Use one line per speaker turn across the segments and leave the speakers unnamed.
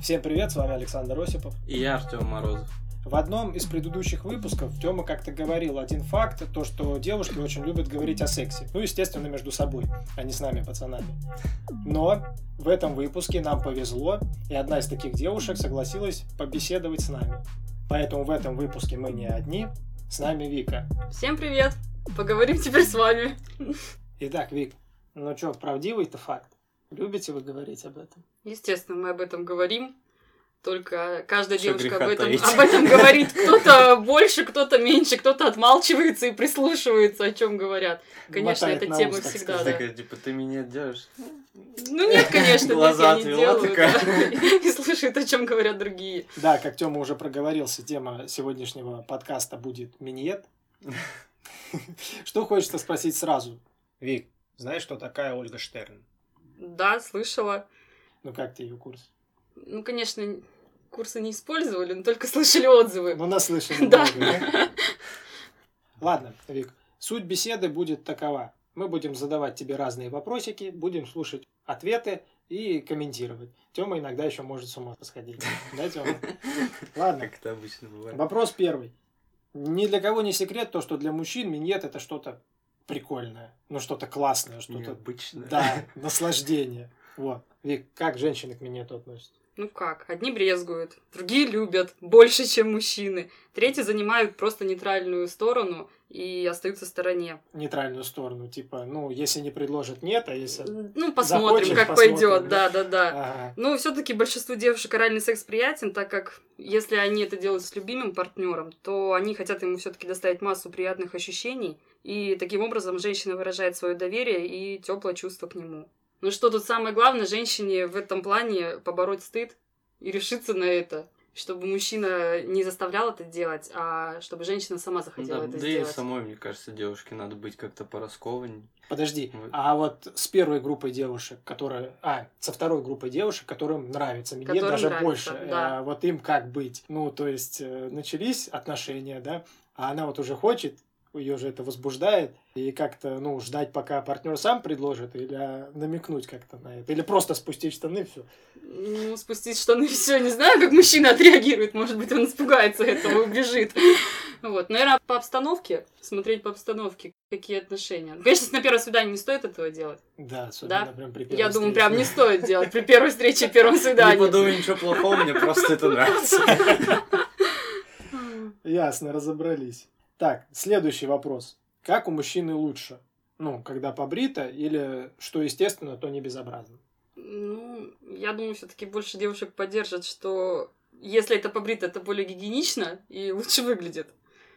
Всем привет, с вами Александр Осипов.
И я, Артем Морозов.
В одном из предыдущих выпусков Тёма как-то говорил один факт, то, что девушки очень любят говорить о сексе. Ну, естественно, между собой, а не с нами, пацанами. Но в этом выпуске нам повезло, и одна из таких девушек согласилась побеседовать с нами. Поэтому в этом выпуске мы не одни, с нами Вика.
Всем привет! Поговорим теперь с вами.
Итак, Вик, ну что, правдивый-то факт? Любите вы говорить об этом?
Естественно, мы об этом говорим. Только каждая
Чё
девушка
греха
об этом,
таить.
об этом говорит. Кто-то больше, кто-то меньше, кто-то отмалчивается и прислушивается, о чем говорят. Конечно,
Мотает
эта
на
тема
ус, так
всегда,
сказать.
да.
Такая, типа, ты меня держишь.
Ну нет, конечно, нет,
Глаза
я не
отвела
делаю.
такая.
да. И слушает, о чем говорят другие.
Да, как Тёма уже проговорился, тема сегодняшнего подкаста будет миньет. Что хочется спросить сразу?
Вик, знаешь, кто такая Ольга Штерн?
Да, слышала.
Ну как ты ее курс?
Ну, конечно, курсы не использовали, но только слышали отзывы.
Ну, наслышан.
Да.
Ладно, Вик, суть беседы будет такова. Мы будем задавать тебе разные вопросики, будем слушать ответы и комментировать. Тёма иногда еще может с ума посходить. Да, Тёма? Ладно.
Как это обычно бывает.
Вопрос первый. Ни для кого не секрет то, что для мужчин миньет это что-то прикольное, ну что-то классное, что-то...
Необычно.
Да, наслаждение. Вот. Вик, как женщины к минету относятся?
Ну как, одни брезгуют, другие любят больше, чем мужчины, третьи занимают просто нейтральную сторону и остаются в стороне.
Нейтральную сторону, типа, ну, если не предложат нет, а если...
Ну, посмотрим,
Захочешь,
как
посмотрим,
пойдет,
да?
да, да, да.
Ага.
Ну, все-таки большинству девушек оральный секс приятен, так как если они это делают с любимым партнером, то они хотят ему все-таки доставить массу приятных ощущений, и таким образом женщина выражает свое доверие и теплое чувство к нему. Ну что тут самое главное, женщине в этом плане побороть стыд и решиться на это, чтобы мужчина не заставлял это делать, а чтобы женщина сама
Ну
захотела
Да,
это
да и
сделать.
самой, мне кажется, девушке надо быть как-то пораскованней.
Подожди,
Вот.
а вот с первой группой девушек, которые... А, со второй группой девушек, которым нравится миньет
Которым
даже
нравится,
больше.
да.
А вот им как быть? Ну, то есть, э, начались отношения, да, а она вот уже хочет, ее же это возбуждает, и как-то, ну, ждать, пока партнер сам предложит, или а, намекнуть как-то на это, или просто спустить штаны, все.
Ну, спустить штаны, все, не знаю, как мужчина отреагирует, может быть, он испугается этого и убежит. Вот, наверное, по обстановке, смотреть по обстановке, какие отношения. Ну, Конечно, на первом свидании не стоит этого делать.
Да, особенно прям при первой
Я думаю,
встрече.
прям не стоит делать при первой встрече и первом
Не
свидании.
подумай ничего плохого, мне просто это нравится.
Ясно, разобрались. Так, следующий вопрос. Как у мужчины лучше? Ну, когда побрито, или что естественно, то не безобразно.
Ну, я думаю, все-таки больше девушек поддержат, что если это побрито, это более гигиенично и лучше выглядит.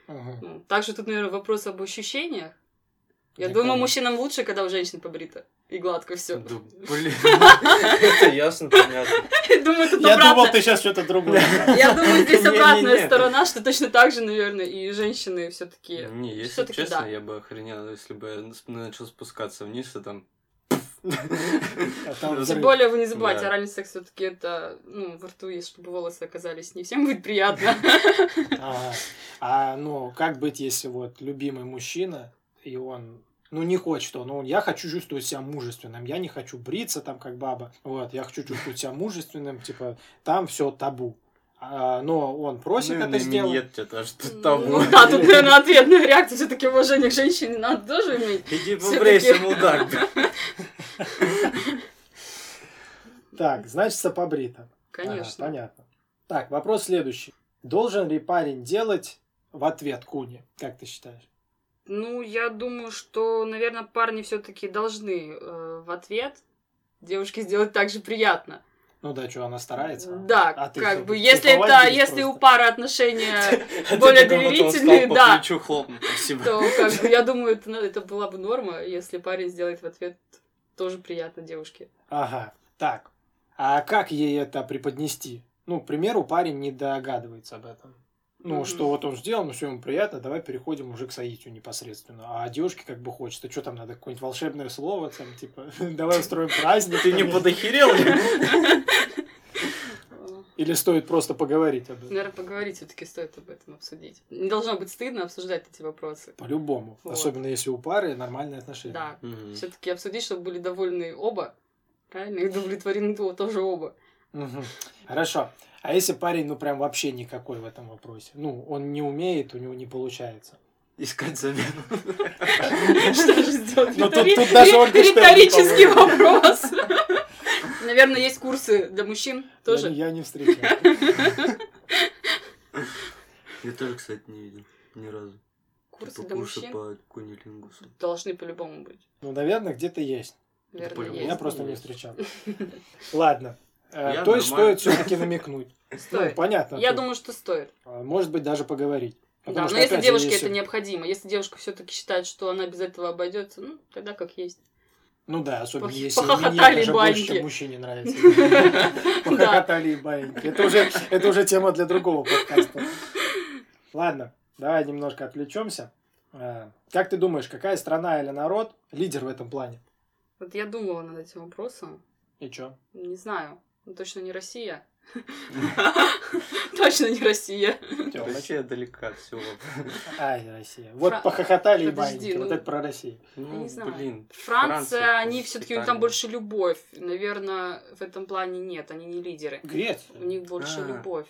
Ага.
Ну, Также тут, наверное, вопрос об ощущениях. Я
Да,
думаю,
конечно.
мужчинам лучше, когда у женщин побрито и гладко все.
Да, блин, это ясно, понятно.
Думаю, тут
Я думал,
обратно.
ты сейчас что-то другое. скажешь.
Я думаю, здесь
Не-не-не.
обратная сторона, что точно так же, наверное, и женщины все-таки.
Не, если
Всё-таки
честно,
да.
я бы охренел, если бы я с- начал спускаться вниз, и там...
А там
Ну,
Тем
взрыв.
более вы не забывайте,
Да.
оральный секс все-таки это, ну, во рту, если чтобы волосы оказались не всем будет приятно.
Ага. А ну, как быть, если вот любимый мужчина, и он ну, не хочет он. Он, я хочу чувствовать себя мужественным. Я не хочу бриться там, как баба. Вот, я хочу чувствовать себя мужественным. Типа, там все табу. А, но он просит
Ну, и на
это сделать.
миньет тебя тоже тут
Ну
того.
да, тут, наверное, ответная реакция все-таки уважение к женщине надо тоже иметь.
Иди
Всё-таки.
побрейся, мудак.
Так, значит, побрито. Ага,
Конечно.
понятно. Так, вопрос следующий. Должен ли парень делать в ответ куни? Как ты считаешь?
Ну, я думаю, что, наверное, парни все-таки должны э, в ответ девушке сделать так же приятно.
Ну да, что, она старается?
Да,
А ты
как
что,
бы,
ты
если
повадились
это, если у
просто?
пары отношения,
А ты
Более
потом вот он
доверительный,
встал,
да.
По плечу хлопнул, спасибо.
то как бы, я думаю, это, на- это была бы норма, если парень сделает в ответ тоже приятно девушке.
Ага, так. А как ей это преподнести? Ну, к примеру, парень не догадывается об этом. Ну,
Мгм.
что вот он сделал, ну все ему приятно, давай переходим уже к соитию непосредственно. А девушке как бы хочется, что там надо, какое-нибудь волшебное слово, там, типа, давай устроим праздник.
Ты не подохерел?
Э,
Или стоит просто поговорить об этом?
Наверное, поговорить все-таки стоит об этом обсудить. Не должно быть стыдно обсуждать эти вопросы.
По-любому.
Вот.
Особенно если у пары нормальные отношения.
Да.
Мгм.
Все-таки обсудить, чтобы были довольны оба. Правильно? И удовлетворены то- тоже оба.
Мгм. Хорошо. А если парень, ну, прям вообще никакой в этом вопросе? Ну, он не умеет, у него не получается.
Искать замену.
Что же сделать?
Но тут-
Ри-
тут даже
ри-
Ольгенштерн
Риторический
не
вопрос. Наверное, есть курсы для мужчин
Я не-
тоже.
Я, не встречал.
Я тоже, кстати, не видел. Ни разу.
Курсы
Типа
для
курсы
мужчин
по кунилингусу.
должны по-любому быть.
Ну, наверное, где-то есть.
Наверное,
по-любому.
Я
есть.
просто не
Есть.
встречал. Ладно. Э,
Я
То есть
нормально.
стоит все-таки намекнуть. Ну,
Стоит.
понятно.
Я
тут.
думаю, что стоит.
А, Может быть, даже поговорить.
Да,
Потому
но
что,
если
опять же,
девушке
если-
это необходимо, если девушка все-таки считает, что она без этого обойдется, ну, тогда как есть.
Ну да, особенно
Пох-
если
похохотали
мне даже больше,
баиньки.
чем мужчине нравится.
Да.
Похохотали и баиньки. Это уже, это уже тема для другого подкаста. Ладно, давай немножко отвлечемся. Э, Как ты думаешь, какая страна или народ лидер в этом плане?
Вот я думала над этим вопросом.
И чё?
Не знаю. Ну, Точно не Россия. Точно не Россия.
Тёма.
Россия далека от всего.
Ай, Россия. Вот
Фра-
похохотали и
Подожди,
баиньки.
ну-
Вот это про Россию.
Ну,
не знаю.
блин.
Франция, они
Италия.
все-таки, у них там больше любовь. Наверное, в этом плане нет, они не лидеры. У
Греция.
них больше
А.
любовь.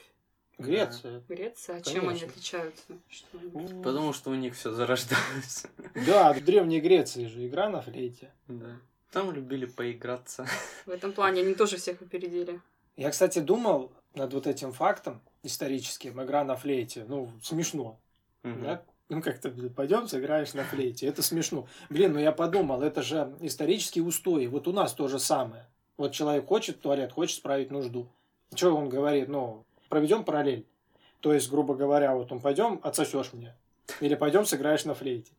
Греция.
Греция, а чем они
Конечно.
отличаются? Что они-
Потому что у них все зарождалось.
Да, в Древней Греции же игра на флейте.
Да. Там любили поиграться.
В этом плане они тоже всех опередили.
Я, кстати, думал над вот этим фактом историческим. Игра на флейте. Ну, смешно. да? Ну, как-то пойдем, сыграешь на флейте. Это смешно. Блин, ну я подумал, это же исторические устои. Вот у нас то же самое. Вот человек хочет в туалет, хочет справить нужду. Что он говорит? Ну, проведем параллель. То есть, грубо говоря, вот он пойдем, отсосешь мне. Или пойдем, сыграешь на флейте.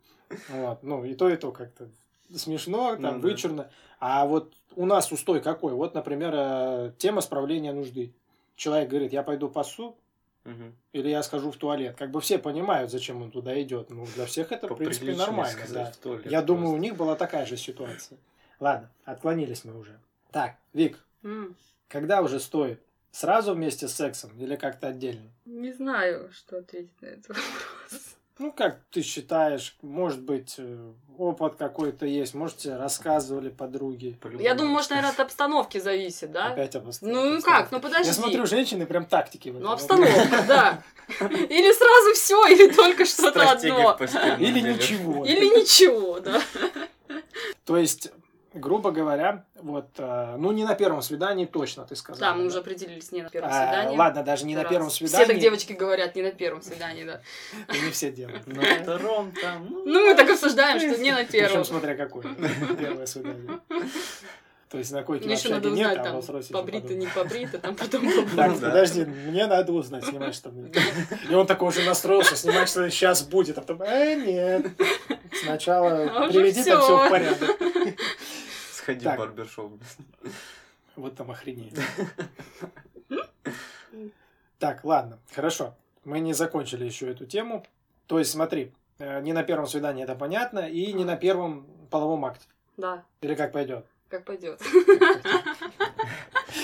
Вот. Ну, и то, и то как-то смешно, там,
Ну да.
вычурно. А вот у нас устой какой? Вот, например, э, тема справления нужды. Человек говорит, я пойду пасу,
Мгм.
или я схожу в туалет. Как бы все понимают, зачем он туда идет. Ну, для всех это, в принципе,
Поприличнее
нормально.
сказать,
да.
в туалет
Я думаю, у
просто.
них была такая же ситуация. Ладно, отклонились мы уже. Так, Вик,
М,
когда уже стоит? Сразу вместе с сексом или как-то отдельно?
Не знаю, что ответить на этот вопрос.
Ну, как ты считаешь, может быть, э, опыт какой-то есть, может, тебе рассказывали подруги?
По-любому.
Я думаю, может, наверное, от обстановки зависит, да?
Опять обост-
Ну и
обстановка.
как? Ну
Я смотрю,
подожди.
женщины прям тактики. в
Ну
этом.
обстановка, да. Или сразу все, или только что-то
Стратегия
одно.
постельного
Или
белья.
ничего.
Или ничего, да.
То есть, грубо говоря, вот, э, ну, не на первом свидании точно, ты сказал.
Да, мы уже определились не на первом
А,
свидании.
Ладно, даже не
Это
на
раз.
первом свидании.
Все так девочки говорят, не на первом свидании, да.
Ну, Не все делают.
На втором там.
Ну, мы так обсуждаем, что не на
Причем
первом.
смотря какой. Первое свидание. То есть на койке
Ну, еще
вообще
надо
нет,
узнать,
а в
там,
Росросе уже
побрита,
подумал.
не побрита, там потом
Так,
Ну, да.
подожди, мне надо узнать, снимаешь что мне. И он такой уже настроился, снимать, что сейчас будет. А потом, э, нет.
А
Сначала
уже
приведи там
всё.
все в порядок.
Сходи
Так.
в барбершоп.
Вот там охренеть. Так, ладно, хорошо. Мы не закончили еще эту тему. То есть, смотри, э, не на первом свидании это понятно, и не на первом половом акте.
Да,
Или как пойдет.
как пойдет.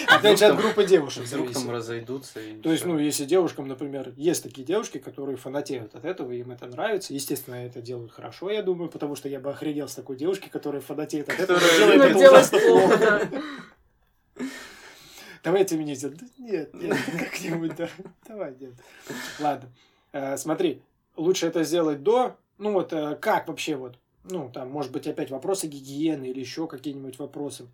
Опять же, от
А Вдруг там-
группы девушек
Вдруг там
зависит.
разойдутся. и
То есть,
всё.
ну, если девушкам, например, есть такие девушки, которые фанатеют от этого, им это нравится. Естественно, это делают хорошо, я думаю, потому что я бы охренел с такой девушки, которая фанатеет от этого.
Которая
делает
Ну,
это
Ну,
был
делать
ужасно
плохо,
плохо.
да.
Давайте меня сделать. Да нет, нет, как-нибудь, да. Давай, нет. Ладно. Э, Смотри, лучше это сделать до. Ну вот, э, как вообще вот? Ну, там, может быть, опять вопросы гигиены или еще какие-нибудь вопросы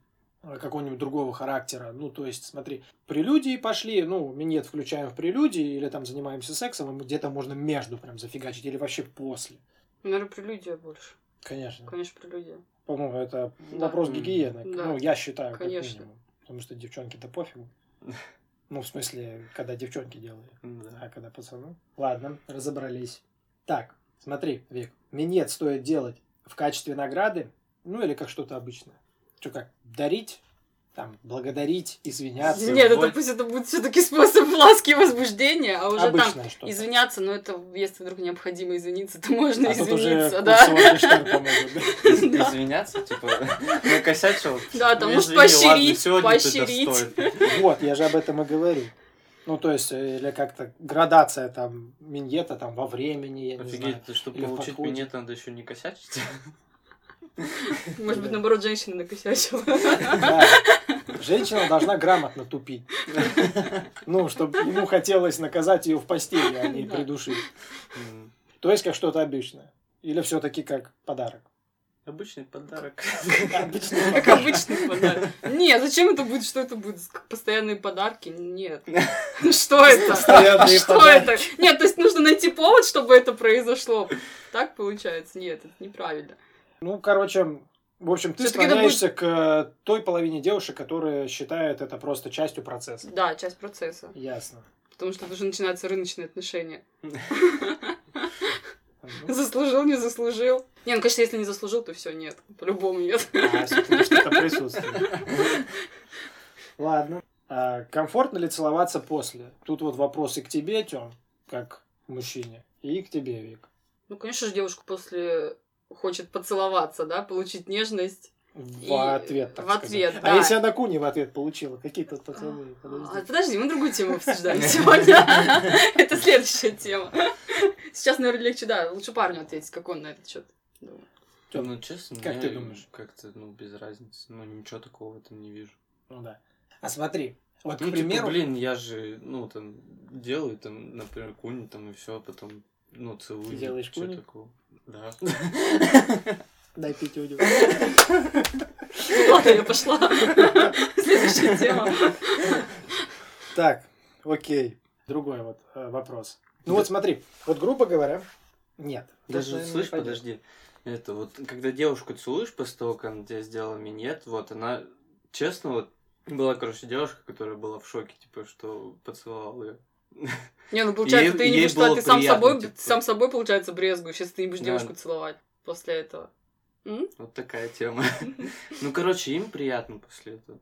э, какого-нибудь другого характера. Ну, то есть, смотри, прелюдии пошли, ну, минет включаем в прелюдии, или там занимаемся сексом, и где-то можно между прям зафигачить, или вообще после.
Наверное, прелюдия больше.
Конечно.
Конечно, прелюдия.
По-моему, это
Да.
вопрос
М,
гигиены.
да.
Ну, я считаю,
Конечно.
как минимум. Потому что девчонки-то пофигу. Ну, в смысле, когда девчонки делали,
Да.
а когда пацаны. Ладно, разобрались. Так, смотри, Вик, минет стоит делать в качестве награды, ну или как что-то обычное. Что как, дарить, там, благодарить, извиняться.
Нет, это
вот.
пусть это будет все-таки способ ласки и возбуждения, а уже там
обычное что-то.
извиняться, но это если вдруг необходимо извиниться, то можно
А тут уже
извиниться,
курсы
да.
Моргенштерн помогут, да?
Да.
Извиняться, типа, накосячил.
Да, там
Ну,
может
извини, ладно,
поощрить,
сегодня ты
поощрить.
достоин.
Вот, я же об этом и говорю. Ну, то есть, э, или как-то градация там миньета там во времени, я не знаю.
Офигеть, ты чтобы
Или в
получить
подходе.
минет, надо еще не косячить.
Может быть,
Да.
наоборот, женщина накосячила.
Да. Женщина должна грамотно тупить. Ну, чтобы ему хотелось наказать ее в постели, а не
Да.
придушить.
М,
То есть, как что-то обычное. Или все-таки как подарок.
Обычный подарок.
Обычный
Как
подарок.
обычный подарок. Не, зачем это будет? Что это будет? Как постоянные подарки? Нет. Что это?
Постоянные
Что
подарки.
это? Нет, то есть нужно найти повод, чтобы это произошло. Так получается? Нет, это неправильно.
Ну, короче, в общем, ты
Всё-таки это будет-
склоняешься к э, той половине девушек, которые считают это просто частью процесса.
Да, часть процесса.
Ясно.
Потому что тут уже начинаются рыночные отношения.
Ну,
Заслужил, не заслужил. Не, ну, конечно, если не заслужил, то все нет. По-любому нет.
а, всё-таки что-то присутствует. Ладно. А комфортно ли целоваться после? Тут вот вопрос и к тебе, Тём, как к мужчине, и к тебе, Вик.
Ну, конечно же, девушка после хочет поцеловаться, да, получить нежность.
В
И-
ответ, так
в ответ,
сказать.
да.
А если она куни в ответ получила? Какие тут поцелуи?
А,
Подожди.
подожди, мы другую тему обсуждали сегодня. Это следующая тема. Сейчас, наверное, легче, да, лучше парню ответить, как он на этот счет. думает.
Тём,
Ну, честно,
как
я
ты думаешь?
Как-то, ну, без разницы. Ну, ничего такого в этом не вижу.
Ну да. А смотри, вот,
ну,
к примеру...
типа, блин, я же, ну, там, делаю, там, например, куни, там, и все, потом, ну, целую.
Ты делаешь
Чё
куни?
такого? Да.
Дай пить удил.
Ну, Ладно, я пошла. Следующая тема.
Так, окей. Другой вот э, вопрос. Ну
Да.
вот смотри, вот грубо говоря, нет. Тут,
Даже,
наверное,
слышь,
не пойдёт.
подожди. Это вот, когда девушку целуешь после того, как она тебе сделала минет, вот она, честно, вот, была, короче, девушка, которая была в шоке, типа, что поцеловал ее.
Не, ну получается,
Ей-
ты не
ей
будешь, целовать,
было
ты сам
приятно,
собой,
типа.
сам собой, получается, брезгуешь, если ты не будешь
Да.
девушку целовать после этого. М?
Вот такая тема. Ну, короче, им приятно после этого,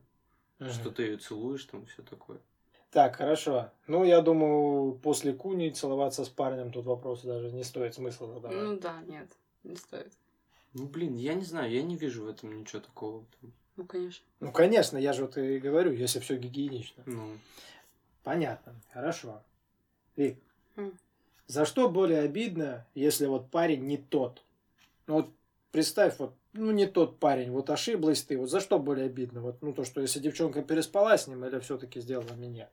Мгм.
что ты ее целуешь, там, все такое.
Так, хорошо. Ну, я думаю, после куни целоваться с парнем тут вопросы даже не стоит смысла задавать.
Ну да, нет, не стоит.
Ну, блин, я не знаю, я не вижу в этом ничего такого. там.
Ну, конечно.
Ну, конечно, я же вот и говорю, если все гигиенично.
Ну,
Понятно, хорошо. Вик,
М.
за что более обидно, если вот парень не тот? Ну вот представь, вот, ну не тот парень, вот ошиблась ты, вот за что более обидно? Вот, ну то, что если девчонка переспала с ним или все-таки сделала меня?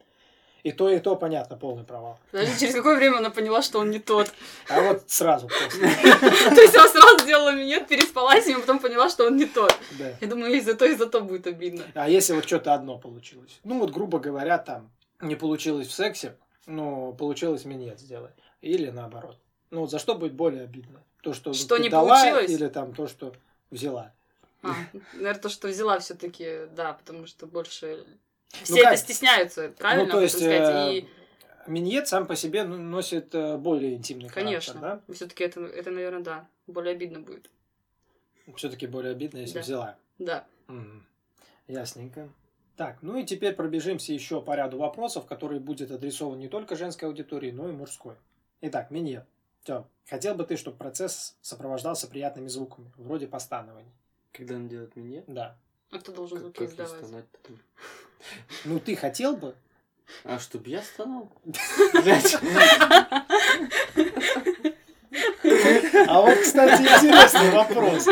И то, и то, понятно, полный провал.
Подожди, через какое время она поняла, что он не тот?
А вот сразу после,
То есть она сразу сделала минет, переспала с ним, а потом поняла, что он не тот.
да.
Я думаю, и за то, и за то будет обидно.
А если вот что-то одно получилось? Ну вот, грубо говоря, там не получилось в сексе, но получилось минет сделать. Или наоборот. Ну вот за что будет более обидно? То, что,
Что
ты
не
дала,
получилось?
или там то, что взяла.
А, наверное, то, что взяла все таки да, потому что больше... Все
как?
это стесняются, правильно?
ну, то
об
есть,
этом сказать?
э, миньет сам по себе ну, носит э, более интимный
И, конечно,
характер,
все таки это, это, наверное, да, более обидно будет.
да? Все-таки более обидно, если
Да.
взяла.
Да.
Мгм. Ясненько. Так, ну и теперь пробежимся еще по ряду вопросов, которые будет адресован не только женской аудитории, но и мужской. Итак, миньет. Тём, хотел бы ты, чтобы процесс сопровождался приятными звуками, вроде постанований?
когда она делает минет,
Да.
А кто должен
как
звуки
как не
издавать?
стонать-то там?
Ну ты хотел бы?
А, чтоб я стонал?
А вот, кстати, интересный вопрос.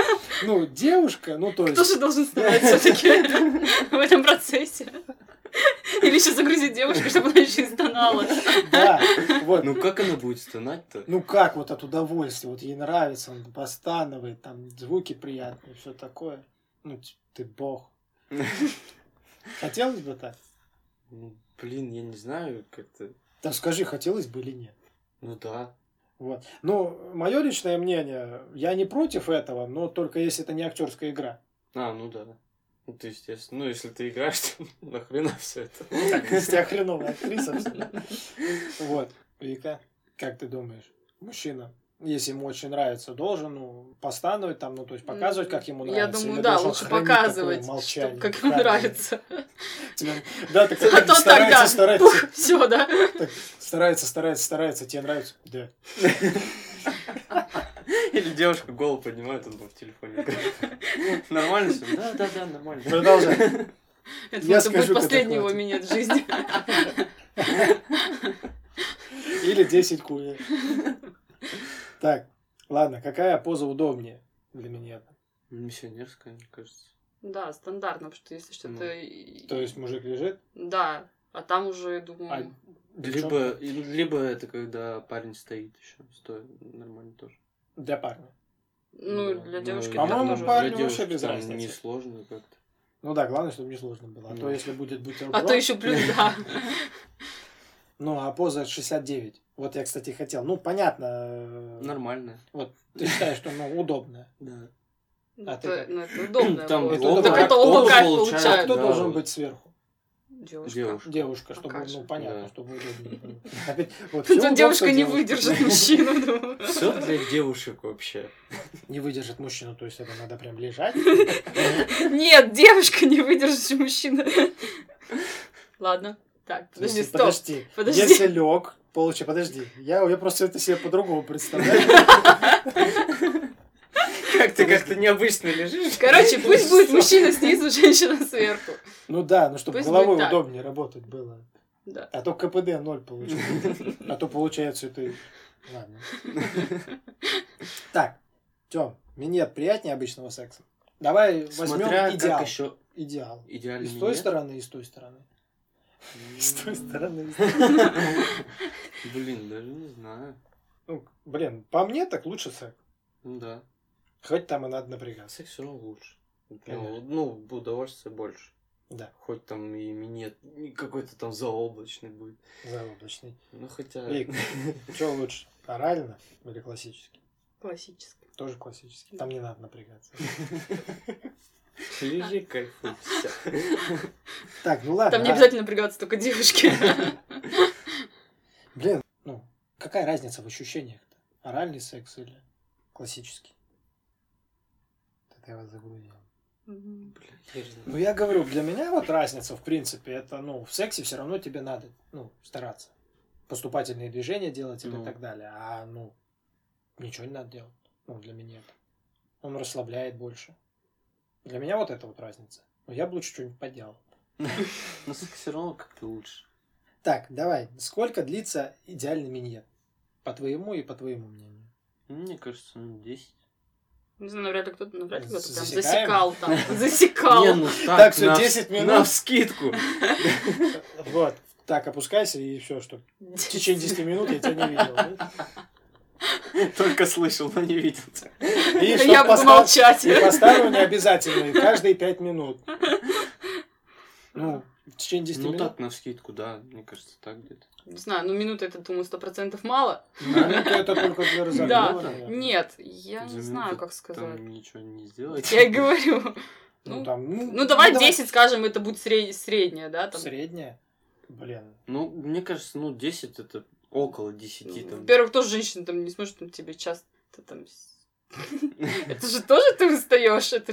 Ну, девушка, ну то
Кто
есть...
же должен стонать все таки в этом процессе? Или еще загрузить девушку, чтобы она еще и стонала.
Да, вот.
Ну, как она будет стонать-то?
Ну как вот от удовольствия, вот ей нравится, он постанывает, там звуки приятные, все такое. Ну т- ты бог. Хотелось бы так?
Ну, блин, я не знаю, как-то...
Да скажи, хотелось бы или нет.
Ну да.
Вот. Ну, мое личное мнение, я не против этого, но только если это не актерская игра.
А, ну да. Ну, ты, естественно. Ну, если ты играешь, то нахрена все
Ну, Так,
это?
если я хреновая актриса. всё. Вот. Вика, как ты думаешь, мужчина, если ему очень нравится, должен ну, постановить там, ну, то есть показывать, как ему нравится.
Я думаю,
или
да,
должен
лучше
хранить
показывать,
такое
что-
молчание?
как ему
Правильно.
нравится.
Тебе- Да, так
А то
старается,
тогда,
старается,
пух, все, да?
так, старается, старается, старается, тебе нравится. Да.
Или девушка голову поднимает, он там в телефоне играет. Нормально все? Да, да, да, нормально.
Продолжай.
Это
Я
будет
скажу, когда
последний его
хватит.
минет в жизни.
Или 10 куни. Так, ладно, какая поза удобнее для меня?
Миссионерская, мне кажется.
Да, стандартно, потому что если
Ну,
что-то... и-
То есть мужик лежит,
Да, а там уже, думаю...
А- Причём
Либо, и- либо это когда парень стоит еще, стоит нормально тоже.
для парня.
Ну,
Да.
для девушки...
и
это
а По-моему,
тоже-
парню
для девушки
вообще без
там
разницы.
Несложно как-то.
Ну да, главное, чтобы не сложно было. А то
Ну.
если будет бутерброд...
А то еще плюс, да.
Ну, а поза 69. Вот я, кстати, хотел. Ну, понятно. э,
Нормально.
Вот ты считаешь, что ну, удобно.
Да.
Ну,
А ты
это-
как?
ну, это удобно.
Там
будет.
удобно,
Так это
а
оба
кто
кайф
получает?
А
получают.
кто
да,
должен
вот.
быть сверху?
Девушка.
Девушка.
Девушка, чтобы,
Покажет.
ну, понятно,
Да.
чтобы удобнее было. Опять, вот, всё
Тут
удобство
девушка не
девушки.
выдержит мужчину. думаю.
Все для девушек вообще.
Не выдержит мужчину, то есть это надо прям лежать.
Нет, девушка не выдержит мужчину. Ладно. Так, подожди,
Если-
стоп.
Подожди.
Подожди.
Если лег, получи, подожди. Я, я просто это себе по-другому представляю.
Как ты как-то необычно лежишь?
Короче, пусть будет мужчина снизу, женщина сверху.
Ну да, ну чтобы
Пусть
головой
будет так.
удобнее работать было.
Да.
А то КПД ноль получается. А то получается ты... Ладно. Так, Тём, минет приятнее обычного секса? Давай
Смотря
возьмем идеал.
как еще
Идеал. И
идеальный
с той
минет.
стороны, и с той стороны.
М,
И с той стороны. и с той.
Блин, даже не знаю.
Ну, блин, по мне так лучше секс.
Ну да.
Хоть там и надо напрягаться.
А Секс все равно лучше. Ну,
Конечно.
Ну, удовольствие больше.
Да,
Хоть там и минет и какой-то там заоблачный будет.
заоблачный.
Ну хотя...
Лик, что лучше, орально или классический?
Классическая.
Тоже классический. Там не надо напрягаться.
Лежи, кайфуй. всё.
Так, ну ладно.
Там не
а-
обязательно напрягаться только девушки.
Блин, ну, какая разница в ощущениях-то? Оральный секс или классический? Это я вас загрузил.
Мгм.
Бля, я же
Ну,
знаю.
я говорю, для меня вот разница, в принципе, это, ну, в сексе все равно тебе надо, ну, стараться. Поступательные движения делать или
Ну.
так далее. А, ну, ничего не надо делать. Ну, для меня это. Он расслабляет больше. Для меня вот это вот разница. Но я бы лучше что-нибудь поделал.
Ну, секс все равно как-то лучше.
Так, давай, сколько длится идеальный миньет? По твоему и по твоему мнению.
Мне кажется, ну, 10.
Не знаю, навряд ли кто-то навряд ли кто-то прям
Засекаем?
засекал там. Засекал.
ну
Так, всё,
на вс-
10 минут.
На скидку.
Вот. Так, опускайся и все, что в течение 10 минут я тебя не видел.
Только слышал, но не видел.
И
Я
чтоб
буду
постав-
молчать.
и поставлю обязательные, каждые 5 минут. Ну, в течение 10
Ну
минут.
так, на скидку, да. Мне кажется, так где-то.
Не знаю, ну минуты это, думаю, сто процентов мало.
Минуты это только для разговора. наверное.
Нет, я
За
не
минуту
знаю, как сказать.
Там ничего не сделать.
Я и говорю.
Ну,
Ну,
там,
Ну, давай
ну,
10, скажем, это будет сре- средняя, да? Там.
Средняя. Блин.
Ну, мне кажется, ну, 10 это около 10 там.
Ну, Во-первых, тоже женщина там не сможет там, тебе часто там... с- Это же тоже ты устаешь, это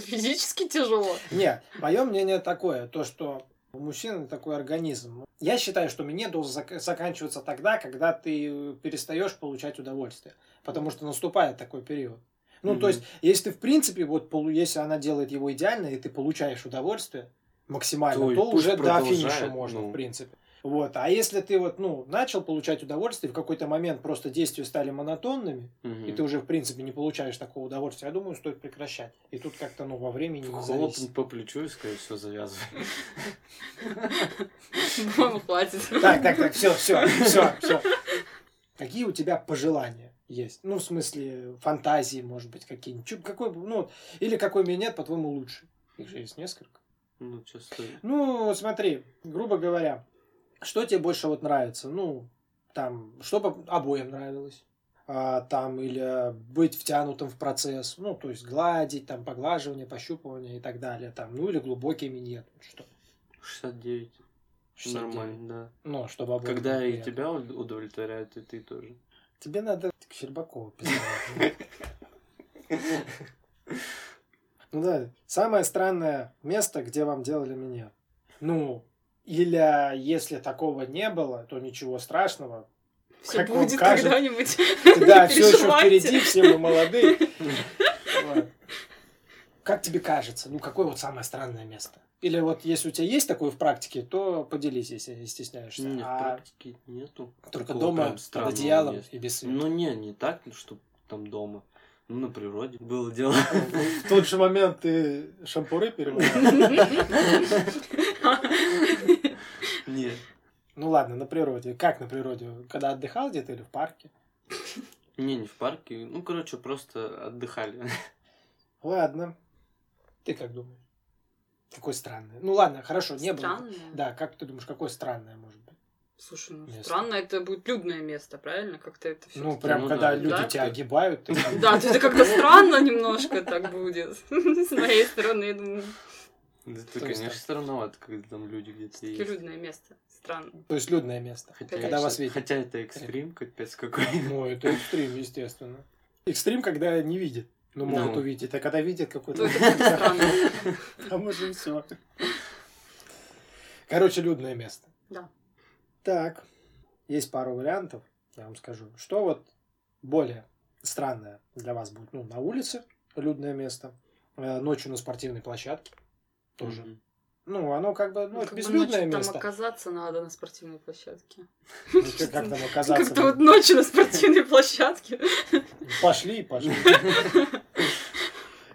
физически тяжело.
Не, мое мнение такое, то, что у мужчин такой организм. Я считаю, что минет должен зак- заканчиваться тогда, когда ты перестаешь получать удовольствие. Потому что наступает такой период. Ну, то
Мгм.
есть, если ты, в принципе, вот, полу- если она делает его идеально, и ты получаешь удовольствие максимально,
То
то,
и пусть
уже до
продолжает,
финиша можно,
ну.
в принципе. Вот. А если ты вот, ну, начал получать удовольствие, в какой-то момент просто действия стали монотонными,
Мгм.
и ты уже, в принципе, не получаешь такого удовольствия, я думаю, стоит прекращать. И тут как-то, ну, во времени не зависит.
Хлопнуть по плечу и, скорее всего, завязывай.
По-моему, Ну, хватит.
Так, так, так, все, все, все, все. Какие у тебя пожелания есть? Ну, в смысле, фантазии, может быть, какие-нибудь. Чё- Какой, бы, ну, или какой минет, по-твоему, лучше? Их же есть несколько.
Ну, честно.
Ну, вот смотри, грубо говоря, что тебе больше вот нравится? Ну, там, чтобы обоим нравилось. А, там, или быть втянутым в процесс. Ну, то есть гладить, там, поглаживание, пощупывание и так далее. Там, ну, или глубокий минет. вот Что?
69.
69.
Нормально, да.
Ну, чтобы обоим было
А Когда и
приятно.
тебя уд- удовлетворяют, и ты тоже.
Тебе надо к Щербакову писать. Ну да, самое странное место, где вам делали меня. Ну, или если такого не было, то ничего страшного.
Все
Как вам
будет
кажется?
когда-нибудь.
Да, все еще
переживайте.
впереди, все мы молодые. Вот. Как тебе кажется, ну какое вот самое странное место? Или вот если у тебя есть такое в практике, то поделись, если не стесняешься.
Нет,
а
практики нету.
только
Такого
дома
прям
под
странного
одеялом
места.
и без света.
Ну не, не так, что там дома. Ну, на природе было дело.
В тот же момент ты шампуры перемываешь.
Нет.
Ну ладно, на природе. Как на природе? Когда отдыхал где-то или в парке?
Не, не в парке. Ну, короче, просто отдыхали.
Ладно. Ты как думаешь? Какое странное. Ну ладно, хорошо, не было.
Странное.
Да, как ты думаешь, какое странное может быть?
Слушай, ну
Место.
странно, это будет людное место, правильно? Как-то это все.
Ну, прям
ну
когда
да,
люди
да.
тебя огибают, ты как бы-
Да, то это как-то странно немножко так будет. С моей стороны, я думаю,
Да ты,
То есть
конечно,
там-
странновато, когда там люди где-то
всё-таки
есть.
людное место. Странно.
то есть людное место.
Хотя,
Когда
это-
вас видят.
хотя это экстрим, капец какой.
Ну, это экстрим, естественно. Экстрим, когда не видит. Ну,
Да.
могут увидеть.
Это когда видят
Ну,
какой-то...
это как-то странно.
А может, и все. Короче, людное место.
Да.
Так. Есть пару вариантов, я вам скажу. Что вот более странное для вас будет? Ну, на улице людное место. э, Ночью на спортивной площадке. Тоже.
Мгм.
Ну, оно как бы, ну,
Ну,
это
как бы
безлюдное
ночью Там
место.
оказаться надо на спортивной площадке.
Ну, чё, как там оказаться?
Как-то вот ночью на спортивной площадке.
Пошли, и пошли.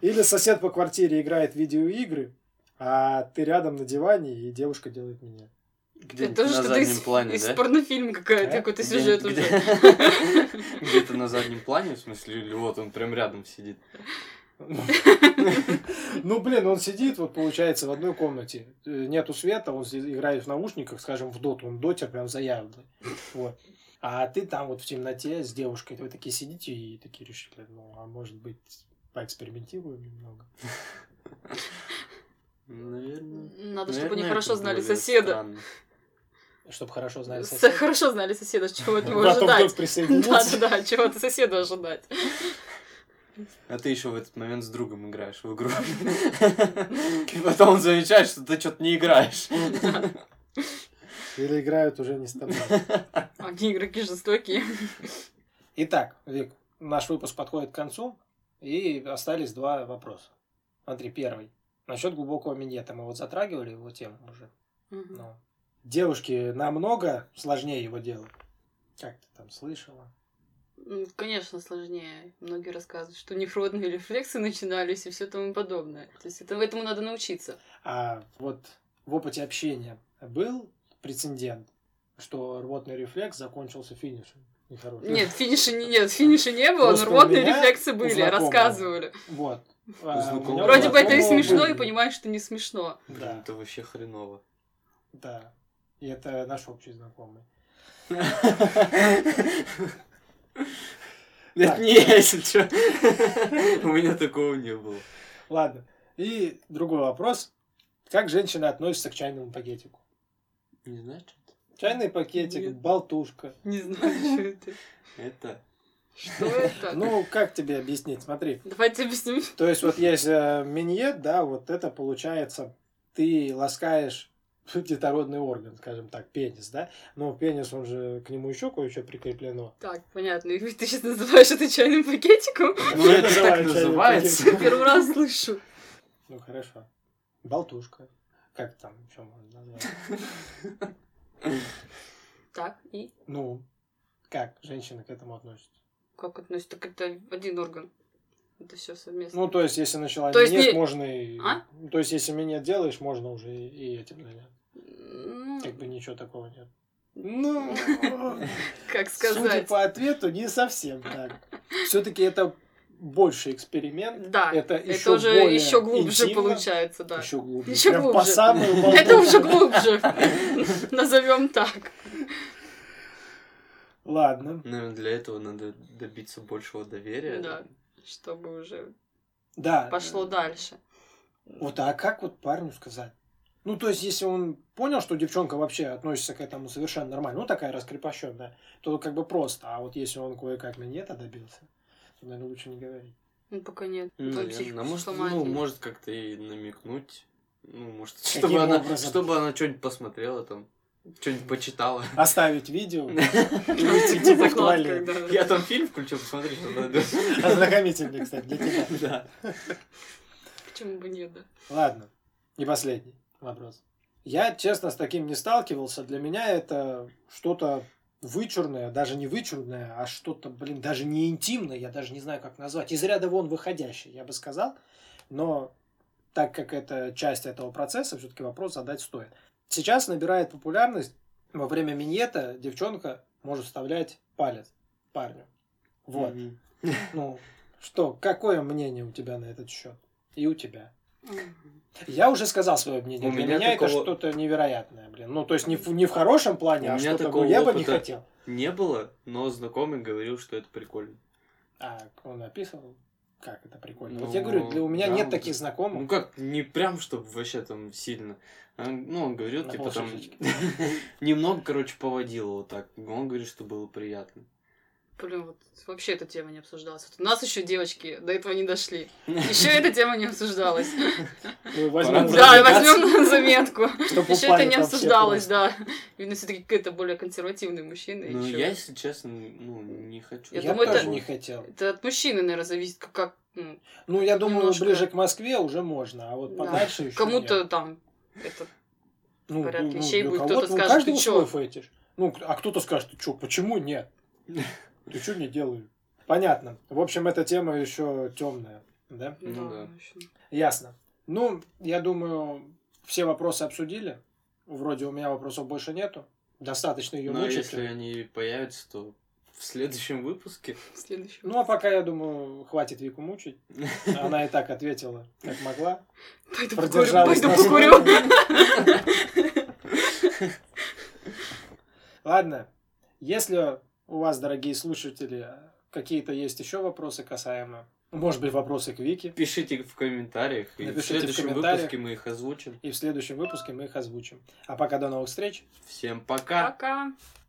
Или сосед по квартире играет в видеоигры, а ты рядом на диване, и девушка делает меня.
Где-нибудь
тоже
на
что-то
заднем
из-
плане,
из
да?
порнофильма какая-то,
Да?
какой-то
Где-
сюжет
где-
уже.
Где-то на заднем плане, в смысле, или вот он прям рядом сидит.
Ну, блин, он сидит, вот получается, в одной комнате. Э, Нету света, он си- играет в наушниках, скажем, в доту. Он дотер прям заядлый. Вот. А ты там вот в темноте с девушкой. Вы такие сидите и такие решили, ну, а может быть, поэкспериментируем немного.
Наверное.
Надо, чтобы они
наверное,
хорошо
это
знали
более
соседа.
странно.
Чтобы хорошо знали
С-
соседа.
Хорошо знали соседа, чего от него
Потом
ожидать.
вдруг
Да,
присоединился.
да, да, чего от соседа ожидать.
А ты еще в этот момент с другом играешь в игру. И потом он замечает, что ты что-то не играешь.
Или играют уже не с тобой.
Они игроки жестокие.
Итак, Вик, наш выпуск подходит к концу, и остались два вопроса. Смотри, первый. Насчет глубокого минета. Мы вот затрагивали его тему уже.
Мгм.
но Девушки намного сложнее его делают. Как ты там слышала?
Ну, Конечно, сложнее. Многие рассказывают, что у них родные рефлексы начинались и все тому подобное. То есть это, этому надо научиться.
А вот в опыте общения был прецедент, что рвотный рефлекс закончился финишем. Нехорошим.
Нет, финиша не, нет, финиша не было,
Просто
но
у
рвотные
меня
рефлексы
у
были,
знакомого.
рассказывали.
Вот.
У
А, у
знакомого.
меня у
Вроде бы это и
знакомого
смешно, и
был.
понимаешь, что не смешно.
Блин,
Да,
это вообще хреново.
да. И это наш общий знакомый.
Нет, не, если что. У меня такого не было.
Ладно. И другой вопрос. Как женщины относятся к чайному пакетику?
Не знаю, что это.
Чайный пакетик,
Нет.
болтушка.
Не знаю, что это.
Это
Что это?
Ну, как тебе объяснить? Смотри.
Давайте объясним.
То есть вот есть э, миньет, да, вот это получается, ты ласкаешь детородный орган, скажем так, пенис, да? Но пенис, он же, к нему еще кое-что прикреплено.
Так, понятно. И ты сейчас называешь это чайным пакетиком?
Ну, это
Я называю
так
чайным
называется.
пакетиком.
Первый раз слышу.
Ну, хорошо. Болтушка. Как там еще можно назвать?
Так, и
Ну, как женщины к этому относятся?
как относится? Так это один орган. Это все совместно.
Ну, то есть, если начала
То есть
минет,
не-
можно и...
А?
Ну, То есть, если минет делаешь, можно уже и, и этим заняться.
Ну,
Как бы ничего такого нет. Ну,
как
судя
сказать?
по ответу, не совсем так. Все-таки это больше эксперимент.
Да,
Это,
это
ещё
уже
более
еще глубже
интимно,
получается, да.
Еще глубже.
Ещё
Прям по
глубже.
самую волну.
Это уже глубже. Назовем так.
Ладно.
Наверное, для этого надо добиться большего доверия.
Да. Чтобы уже
Да.
пошло дальше.
Вот а как вот парню сказать? Ну, то есть, если он понял, что девчонка вообще относится к этому совершенно нормально, ну, такая раскрепощенная, то как бы просто. А вот если он кое-как на нет добился, то, наверное, лучше не говорить.
Ну, пока нет.
Ну,
Потом
наверное,
психику
может,
сломает.
ну, может как-то и намекнуть. Ну, может,
Каким
чтобы она,
образом?
чтобы она что-нибудь посмотрела там, что-нибудь почитала.
Оставить видео,
Типа
в
закладка,
туалет.
да, да.
Я там фильм включил, посмотри, что надо.
ознакомительный, кстати, для тебя.
Да.
Почему бы нет, да?
Ладно. И последний вопрос. Я, честно, с таким не сталкивался. Для меня это что-то вычурное, даже не вычурное, а что-то, блин, даже не интимное, я даже не знаю, как назвать. Из ряда вон выходящее, я бы сказал. Но так как это часть этого процесса, все-таки вопрос задать стоит. Сейчас набирает популярность во время миньета девчонка может вставлять палец парню. Вот.
Мгм.
Ну, что, какое мнение у тебя на этот счет? И у тебя. Я уже сказал свое мнение.
У
Для меня,
меня
это
такого-
что-то невероятное, блин. Ну, то есть не в, не в хорошем плане,
У
а
меня
что-то ну,
такого
я бы не
опыта-
хотел.
Не было, но знакомый говорил, что это прикольно.
А он написал, как это прикольно.
Ну,
вот я говорю, для, у меня
да,
нет
вот
таких
это-
знакомых.
Ну как, не прям, чтобы вообще там сильно. А, Ну, он говорил,
На
типа там...
полшишечки.
Немного, короче, поводило вот так. Он говорит, что было приятно.
Блин, вот вообще эта тема не обсуждалась. Вот у нас еще девочки до этого не дошли. Еще эта тема не обсуждалась.
Ну,
Мы
Пора
возьмем
Да,
за-
возьмем на заметку.
чтоб
Еще
упали
это не
там все
обсуждалось,
просто.
да. Видно, все-таки какой-то более консервативный мужчина.
Ну,
ещё.
я, если честно, ну, не хочу.
Я,
Я думаю,
тоже
это-
не хотел.
Это от мужчины, наверное, зависит, как- как ну,
Ну, я думаю,
Немножко.
ближе к Москве уже можно, а вот
Да.
подальше еще
кому-то там это
ну,
порядке
ну,
вещей
для
будет,
кого-то-
кто-то
у
скажет,
каждого
«Ты чё?»
свой фетиш. Ну, а кто-то скажет, ты чё, почему нет? Ты что не делаешь? Понятно. В общем, эта тема еще темная, да?
Ну да.
в общем.
Ясно. Ну, я думаю, все вопросы обсудили. Вроде у меня вопросов больше нету. Достаточно ее
Но
мучить.
Ну, а если они появятся, то в следующем выпуске.
Следующий.
Ну, а пока, я думаю, хватит Вику мучить. Она и так ответила, как могла.
Пойду покурю,
Продержалась
пойду
на
покурю.
Ладно. Если у вас, дорогие слушатели, какие-то есть еще вопросы касаемо... Может быть, вопросы к Вике.
Пишите в комментариях. И в
Напишите в
следующем
комментариях.
выпуске мы их озвучим.
И в следующем выпуске мы их озвучим. А пока до новых встреч.
Всем пока.
Пока.